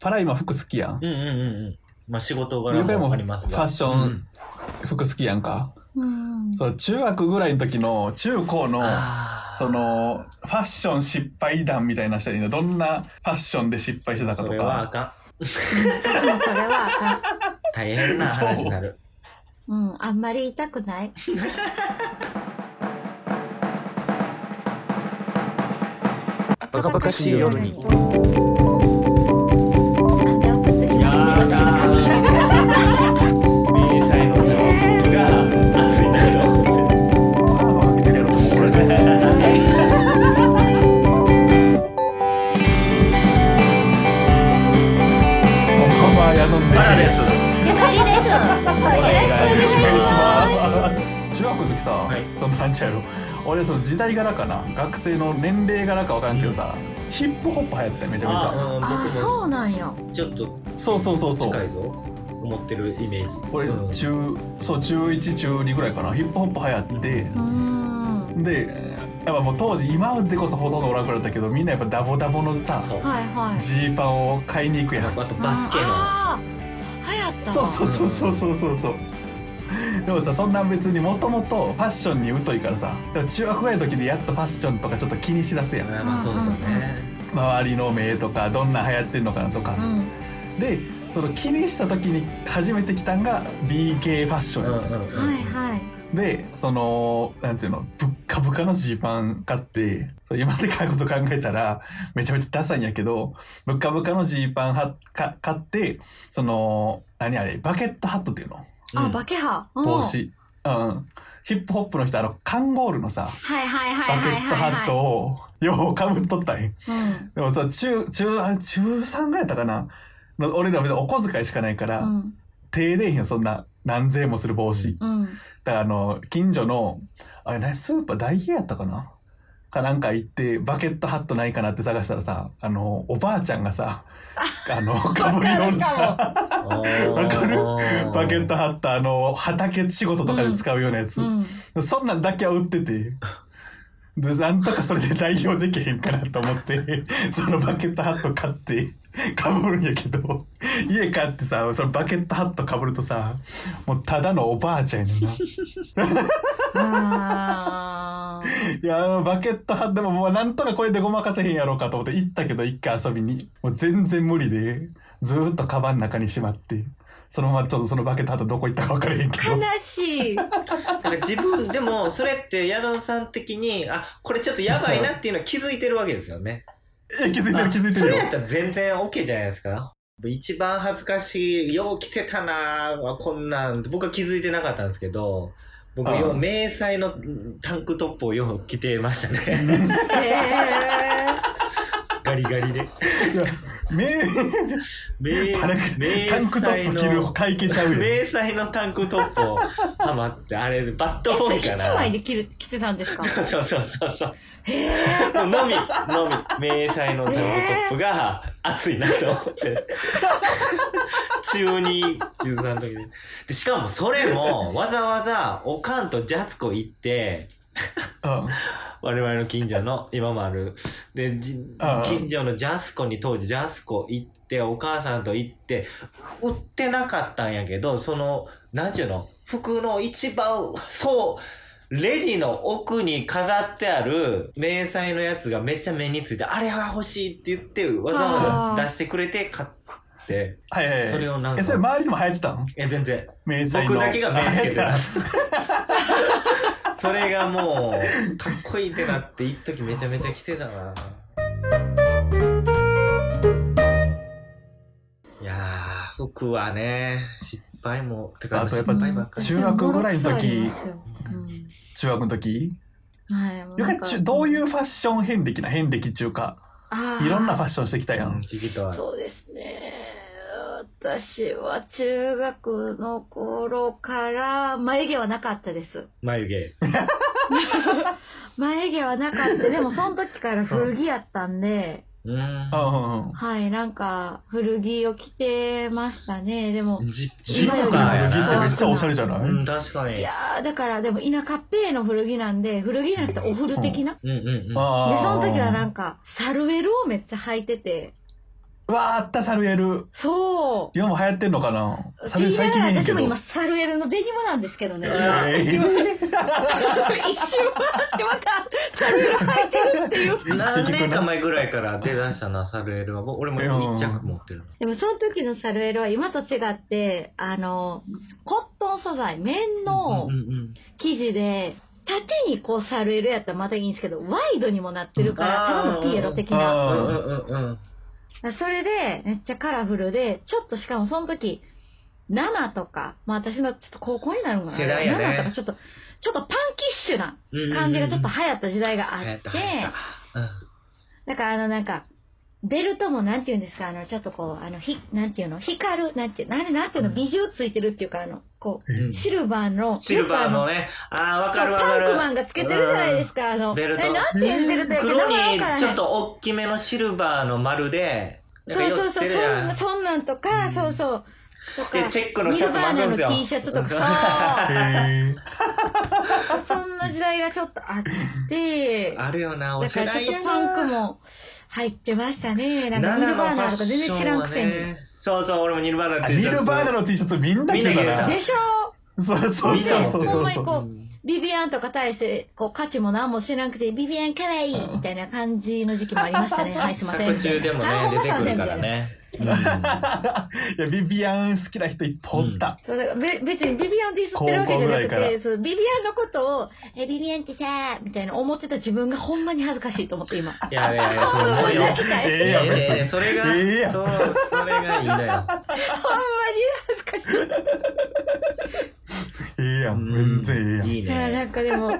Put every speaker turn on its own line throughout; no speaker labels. パラ今服好きやん。
うんうんうんうん。まあ仕事柄
ゆかり
も
もフ
あり
ァ
ますが。
ッショ
う
ン、
ん
服好きやんか。
うん。
そう、中学ぐらいの時の中高の、
あー
その、ファッション失敗談みたいなしたらいいのどんなファッションで失敗してたか
そ
と
れはあ
か。
かん。
でもこれはあか
大変な話になる。
ん。うん。あんまり言いたくない。
バカバカしい夜に。
なんでお薬飲んでるんですか
右サイドのが熱いなと思って。
こんばんは、やのん
バラです。
ゆかりです。よろしくお願いします。
中学の時さ、
はい
そのなんちゃうやろ俺その時代柄かな学生の年齢柄か分からんけどさ、ヒップホップ流行ったよめちゃめちゃ
あー、
ああ、
う
そうん
僕も
なんよ。
ちょっと
そうそうそうそ
近
う
いぞ。思ってるイメージ。
俺
うん
中、そう中1中2ぐらいかなヒップホップ流行って
う、ーん。
でやっぱもう当時今でこそほとんどおらんくなったけどみんなやっぱダボダボのさ
そう。
はいはい。
ジーパンを買いに行くやん
あとバスケの。
あー。流行ったわ。
そうそうそうそうそうそうそうでもさそんな別にもともとファッションに疎いからさでも中学ぐらいの時にやっとファッションとかちょっと気にしだすやん
あーまあそうですよね。
周りの目とかどんな流行ってんのかなとか
う、ん。
でその気にした時に初めて来たんが BK ファッシ
うん
ョ
う
ンや
ん
った、
うん。
はいはい。
でそのなんていうのぶっかぶかのジーパン買ってそう今で買うこと考えたらめちゃめちゃダサいんやけどぶっかぶかのジーパンはか買ってその何あれバケットハットっていうの
う
あ、
ん
バケハ。うん
帽。子、うん、ヒップホップの人あのカンゴールのさ
はいはいはい
バ
はい
ケ
はい
ッ
はい。
トハットをようかぶっとったんや
う
でもさ、中、中、あれ、中3ぐらいやったかなの俺ら別にお小遣いしかないから、
ん。うん。
手出えへんよ、そんな、何千円もする帽子。だ
うん。
から、あの、近所の、あれ、何スーパー、ダイエーやったかなかなんか行って、バケットハットないかなって探したらさ、あの、おばあちゃんが さ、あの、かぶりのおるさ、
あー
わかるバケットハット、あの、畑仕事とかで使うようなやつ。
うん。
そんなんだけは売ってて。で、なんとかそれで代用できへんかなと思って、 そのバケットハット買って、かぶるんやけど、家買ってさ、そのバケットハットかぶるとさ、もうただのおばあちゃんやねんな。い
あー
や、あのバケットハットでももうなんとかこれでごまかせへんやろうかと思って行ったけど、一回遊びに。もう全然無理で、ずーっとカバンの中にしまって、そのままちょっとそのバケットハットどこ行ったか分からへんけど。
悲しい。
なんか自分でもそれってヤドンさん的にあこれちょっとやばいなっていうのは気づいてるわけですよね。
え、 気づいてる気づいて
そ
る
れ
よ
やっ。たら全然 OK じゃないですか。一番恥ずかしい、よう来てたなぁ、こんなん、僕は気づいてなかったんですけど、僕、
ああ
よう、迷彩のうんタンクトップをよう着てました ね。
へえ。
ガリガリで。
いやめ
迷
タン
迷
タンクトップ着る会見ちゃうよ。
迷彩のタンクトップをはまって、あれ、バッドボーイか
一
な。
枚で着る着てたんですか。
そうそうそうそう。
へえ。
のみ、のみ、迷彩のタンクトップが熱いなと思って。中2、中3の時で。で、しかもそれも、わざわざ、おかんとジャスコ行って、
うん
我々の近所の、今もある。で、じ
ああ
近所のジャスコに当時、ジャスコ行って、お母さんと行って、売ってなかったんやけど、その、なんちゅうの、服の一番、そう、レジの奥に飾ってある迷彩のやつがめっちゃ目について、あれは欲しいって言って、わざわざ出してくれて買って、
はいはいはい。
それをなんか
え、それ周りでも流行ってたの
え、全然。
迷彩の。
僕だけが目つけてた
あ。
それがもう、かっこいいってなって、一時めちゃめちゃ着てたな。いやー、服はね、失敗も、てか、
あとやっぱ
失敗ばっかり。
中学ぐらいの時
うん。
中学の時
はい。
よかちゅどういうファッション遍歴な遍歴中か。いろんなファ
ッ
ッションしてきたや
うん
ん。
聞きたい。
そうですね。私は中学の頃から眉毛はなかったです。
眉毛。
眉毛はなかった。でもその時から古着やったんで、
うー
あ
はい、なんか古着を着てましたね。でも、
ん。じ、
中
じ
学
と
の
かや
古着って
な。
めっちゃおしゃれじゃない、
うん、確か
い
に。
やー、だからでも田舎っぺーの古着なんで、古着なんてお古的な
うんうん
あ
うん。
で、
あ。
その時はなん
か。
か、サルエルをめっちゃ履いてて、
うわあったサルエル
そう。
今も流行ってんのかなサルエル最近見えへんけ
私も
ど
今、サルエルのデニムなんですけどね。
えー
一周回ってまた、サルエル履いてるっていう。
何年か前ぐらいから出だしたな、サルエルは。僕俺も一着持ってる。
でもその時のサルエルは今と違って、あの、コットン素材、綿の
うんうん
生地で、縦にこうサルエルやったらまたいいんですけど、ワイドにもなってるから、
うん
多分ピエロ的な。
うん
あー
うんうんうん。
それで、めっちゃカラフルで、ちょっとしかもその時、7とか、まあ私のちょっと高校になるのかな。
世代やね
7とかちょっと、ちょっとパンキッシュな感じがちょっと流行った時代があ
流行
っ
ってた、流行った。うん
だからあのなんか、ベルトもなんていうんですか、あの、ちょっとこう、あの、ひ、なんていうの、光る、なんていう、なんなんていうの、
うん
美獣ついてるっていうか、あの、こ
え
う
ー
ん
う、シルバーの、
シルバーの
ね、
ね、ああ、わか
パ
るわか
ン
る
ク。マンがつけてるじゃないですか、あの、
ベルト
えなんていうベルトやっけ
黒
名前
に
わからん
ちょっと大きめのシルバーの丸で、なんか
そう
よ
そうう
つ
そ
っ
う、
て
そ
るやん
ん。そんなんとか、
うん
そうそう。と
で、
か
チェックのシャツ巻くんですよ。
ニルバーナの T シャツとか、
えー
そうそんな時代がちょっとあって、
あるよな、お
だか
世
ら
代
ちょっ
や
とパンク
な。
も入ってましたね。なんか
ナ
ニ
ナ
ル
のフ
バー
ァ
ナ
ッ
とか全
シ
然知
ョ
ら
ン
ん
は
くせに。
ね。そうそう、俺もニルバーナ
あ
って
ニルバーナの T シャツみんな着てた
みん
な
でしょ
そうそうそうそうそう
ほんまにこうビビアンとか対して、こう、価値も何も知らなくて、ビビアン可愛いみたいな感じの時期もありましたね。はい、すいません。
作中でもね
あ、
出てくるから。ね。うん
いやビビアン好きな人いっぱいおった、
そうだからべ別にビビアンディスってるわけじ
高校
ゃな
ぐらい
くて、そうビビアンのことを、え、ビビアンってさ、みたいな思ってた自分がほんまに恥ずかしいと思って今。
いやいやいや、そ
ほ
うん
ま
思う
に
よ。
泣きたい。
ええやん
いやい
別
やい
に
やそれが、
ええやん
そう、それがいいのよ。
ほんまに恥ずかしい。
ええやん
う
全
ん
然ええやん
いい
いやな
ね。
んか でも、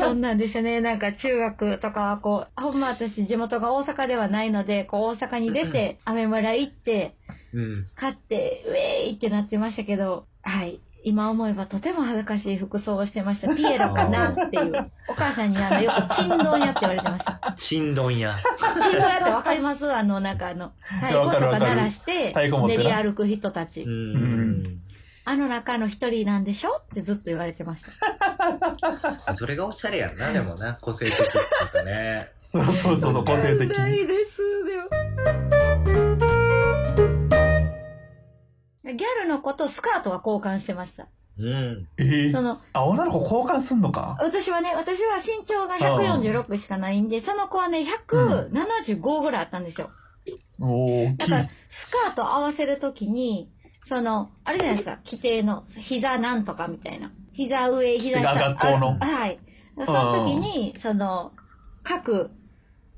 そんなんですよね。なんか中学とかはこう、ほんま私地元が大阪ではないので、こう大阪に 出て、雨村行って、
うん。
買って、ウェーイってなってましたけど、はい。今思えばとても恥ずかしい服装をしてました。ピエロかなっていう。お母さんにあの、よくチンドン屋って言われてました。
珍丼や。
チンドン屋ってわかりますあの、なんかあの、太鼓とか鳴らして、
かるわかる太鼓持っ
練
て
り
な
歩く人たち
う。ん
ん。
あの中の一人なんでしょってずっと言われてました。
それがおしゃれやんな、でもな、個性的っていうかね。
そうそうそうそう個性的
ないです。でもギャルの子とスカートは交換してました。
うん。
ええ
その、
あ女の子交換すんのか
私はね、私は身長が146しかないんで、その子はね、175ぐらいあったんですよ。
おお大
だ
きい
から、スカート合わせるときに、その、あれじゃないですか、規定の、膝なんとかみたいな。膝上、膝下。
規定が学校の
あはい。その時に、その、各、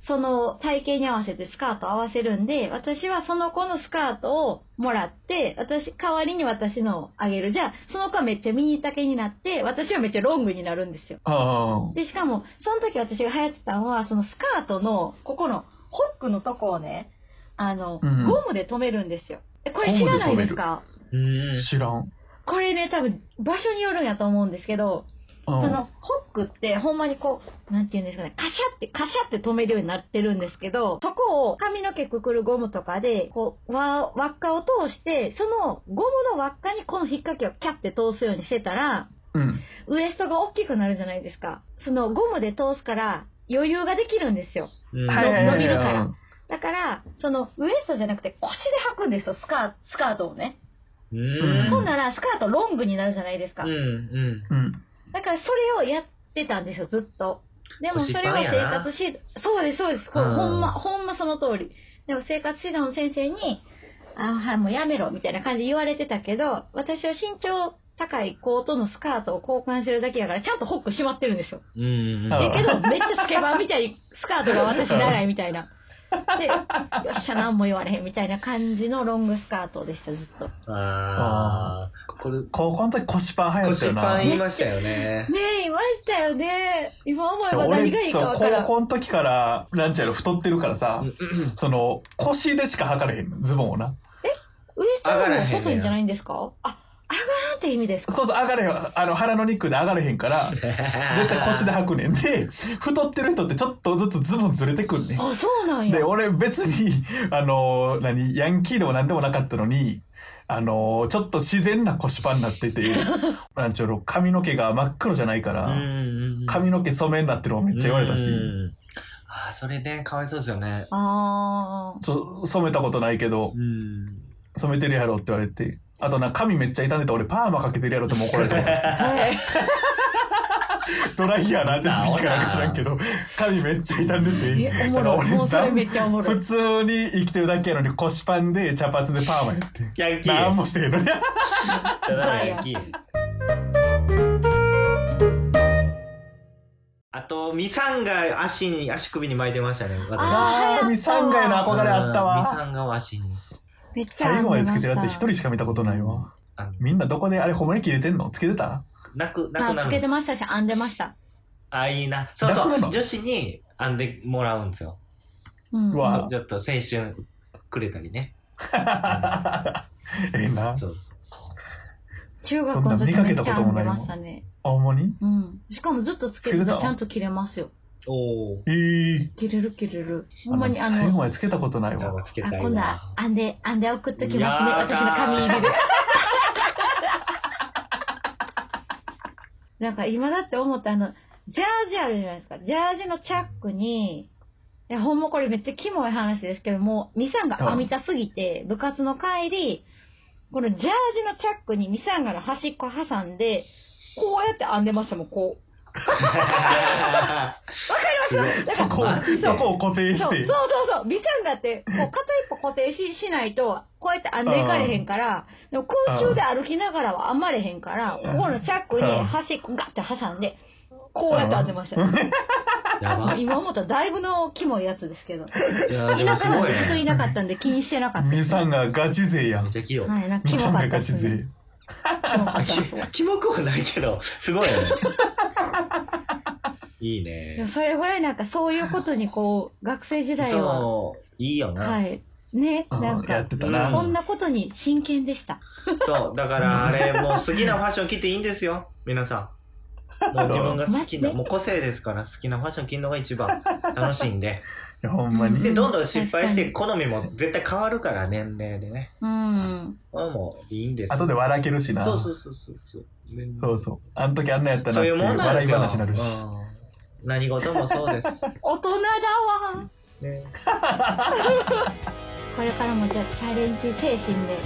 その体型に合わせてスカート合わせるんで、私はその子のスカートをもらって、私、代わりに私のをあげる。じゃあ、その子はめっちゃミニ丈になって、私はめっちゃロングになるんですよ。
あ
で、しかも、その時私が流行ってたのは、そのスカートの、ここの、ホックのとこをね、あの、
うん
ゴムで留めるんですよ。えこれ知らないですか
うん
あ。知らん
これね、多分、場所によるんやと思うんですけど、
う
そ
ん
の、ホックって、ほんまにこう、なんて言うんですかね、カシャって、カシャって留めるようになってるんですけど、そこを髪の毛くくるゴムとかで、こう、わ輪っかを通して、そのゴムの輪っかにこの引っ掛けをキャッて通すようにしてたら、
うん
ウエストが大きくなるじゃないですか。そのゴムで通すから余裕ができるんですよ。
うん
はいはい
伸びるか
はい
ら
うん
だから、そのウエストじゃなくて腰で履くんですよ、スカースカートをね。
うん。
ほんならスカートロングになるじゃないですか。
うん。うん。
うん
だからそれをやってたんですよ、ずっと。でもそれを
腰パン
生
やな
活指導、そうです、そうです、こう
うん
ほんま、ほんまその通り。でも生活指導の先生に、あはい、もうやめろ、みたいな感じで言われてたけど、私は身長高い子とのスカートを交換してるだけやから、ちゃんとホックしまってるんですよ。
うん。
あ
だけど、めっちゃスケバンみたいに、スカートが私長いみたいな。で、よっしゃ、何も言われへんみたいな感じのロングスカートでした、ずっと。
ああ。これ、
高校の時腰パン流行った
腰
よな
パン言いましたよね。
ねえ、いましたよね。今思え
じゃあ
ば何がい
俺
いか
そう
わから
高
ん。
校の時からなんちゃら太ってるからさ、その腰でしか測れへんズボンをな
ウエストの方が細いんじゃないんですかあ、上がらんって意味ですか
そうそう上がれへんあの腹の肉で上がれへんから絶
絶
対腰で履くねんで太ってる人ってちょっとずつズボンずれてくんねん
あ、そうなんや。
で俺別に あの何ヤンキーでも何でもなかったのにあのちょっと自然な腰パンになって てなんちゅうの髪の毛が真っ黒じゃないから、
うん。
髪の毛染めになってるのめっちゃ言われたし、
うんあーそれね、かわいそうですよね。
あー。
そ染めたことないけど
うん。
染めてるやろって言われてあとな髪めっちゃ傷んでた俺パーマかけてるやろっても怒られたもん
はい。
ドライヤーなんて好きかなんか知らんけど髪めっちゃ傷んでて
え、おもろい。もうそれめっちゃおもろ
普
い。
通に生きてるだけやのに腰パンで茶髪でパーマやって
ヤンキー。
何もしてへんのに
ただのヤンキー。あと、ミサンガ足に、足首に巻いてましたね、私。
あーミサンガへの憧れあった
ミ
わ
サンガを足に。
めっちゃ
最後までつけてるやつ一
人
人しか見たことないわ
あの
みんなどこであれ骨切れてんのつけて た
泣く、
ま
泣く
あ、
な
つけて
る。
ましたし、編んでました。
あ、いいな。そうそ
泣くな
う。
る
女子に編んでもらうんですよ。
うん。
うわ
ちょっと青春くれたりね。
ええな
そうそう。
中学の時
そんな見か
め
け
っ
た
ち
こ
ゃ
と
編
もな
ん
い
で
もん
ましたね。
あほんまに
うん。しかもずっとつけ
つけ
てた
て
ら
た
ちゃんと切れますよ。
おー。
えー
切れる切れる。ほんまにあ
あの最後
の、
までつけたことない
ミサン
わ
ガつけ
あ、
たい
今度は
な。
編んで、編んで送っときますね。
や
私
だ
の
ー
髪 入れる。なんか今だって思ったあの、ジャージあるじゃないですか。ジャージのチャックに、いや、ほんまこれめっちゃキモい話ですけども、ミサンガ編みたすぎて、部活の帰り、このジャージのチャックにミサンガの端っこ挟んで、こうやって編んでましたもん、こう。わかります
すご
そ
い
こを
マジで
そこを固定し
そうそう
て
そうそう。ビサンガって、こう、片一歩固定ししないと、こうやって編んでいかれへんから、でも空中で歩きながらは編まれへんから、こ
うん
このチャックに
うん
端っこガッて挟んで、こうやって編んでましたよ。
やば。い
今思ったらだいぶのキモいやつですけど。
や、で
いな
も
か
す
った
ごい
ずっとい
ね。
なかったんで気にしてなかった。
ミサンガガチ勢や
めっ
ん
ちゃ器用。
はい、なんか
ミ
キ
サ
モ
ン
か
ガ
った
ガ
で
チ
すね
勢。
キモかったですね
あきキモくはないけど、すご いよね。いい
でも
ね。
それぐらいなんかそういうことにこう、学生時代は、
そう、いいよな。
はい。ね、
うん
なん
や
か
っ、てた
そ
なん
なことに真剣でした。
そう、だからあれ、もう好きなファッション着ていいんですよ、皆さん。もう自分が好きな、
うん
もう個性ですから、好きなファッション着るのが一 番楽しいんで。
いやほんまに
で、どんどん失敗し
う
て、
ん
好みも絶対変わるから、年齢でね。
うん。
これもういいんです。
後で笑けるしな
そうそうそうそうそう。全然
そうそうあの時あんなやったな
そ
っ
う
て
いうもんなんで
笑い
すよ。
話になるし
うん何事もそうです。
大人だわ
ね
これからもじゃあチャレンジ精神で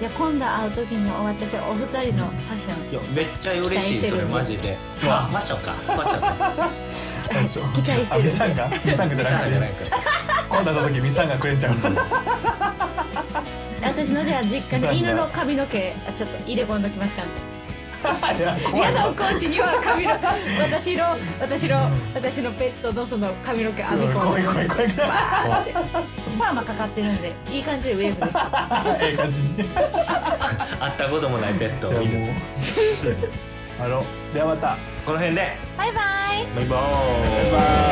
じゃあ今度会う時にお私お二人のファッション
いやめっちゃ嬉しいそれマジで あファッションかファッション
そ
か
うでしょ
期待して
あ
るん
ミ
で
サンガミサンガ じゃなく
じゃ
て
いか
今度会った時ミサンガくれちゃう
私のじゃあ実
ミサン
家
ガ
に犬の髪の毛あちょっと入れ込んどきましたんで
いや怖
嫌
い
なおこんちには髪の私の私の私のペットのその髪の毛編み込んで
怖い怖い怖い
バーってパーマかかってるんでいい感じでウェーブです
ええ感じにいや
会ったこともないペットを
も
見る
う あのではまた
この辺で
バイバイ
バイバーイ
バイバイ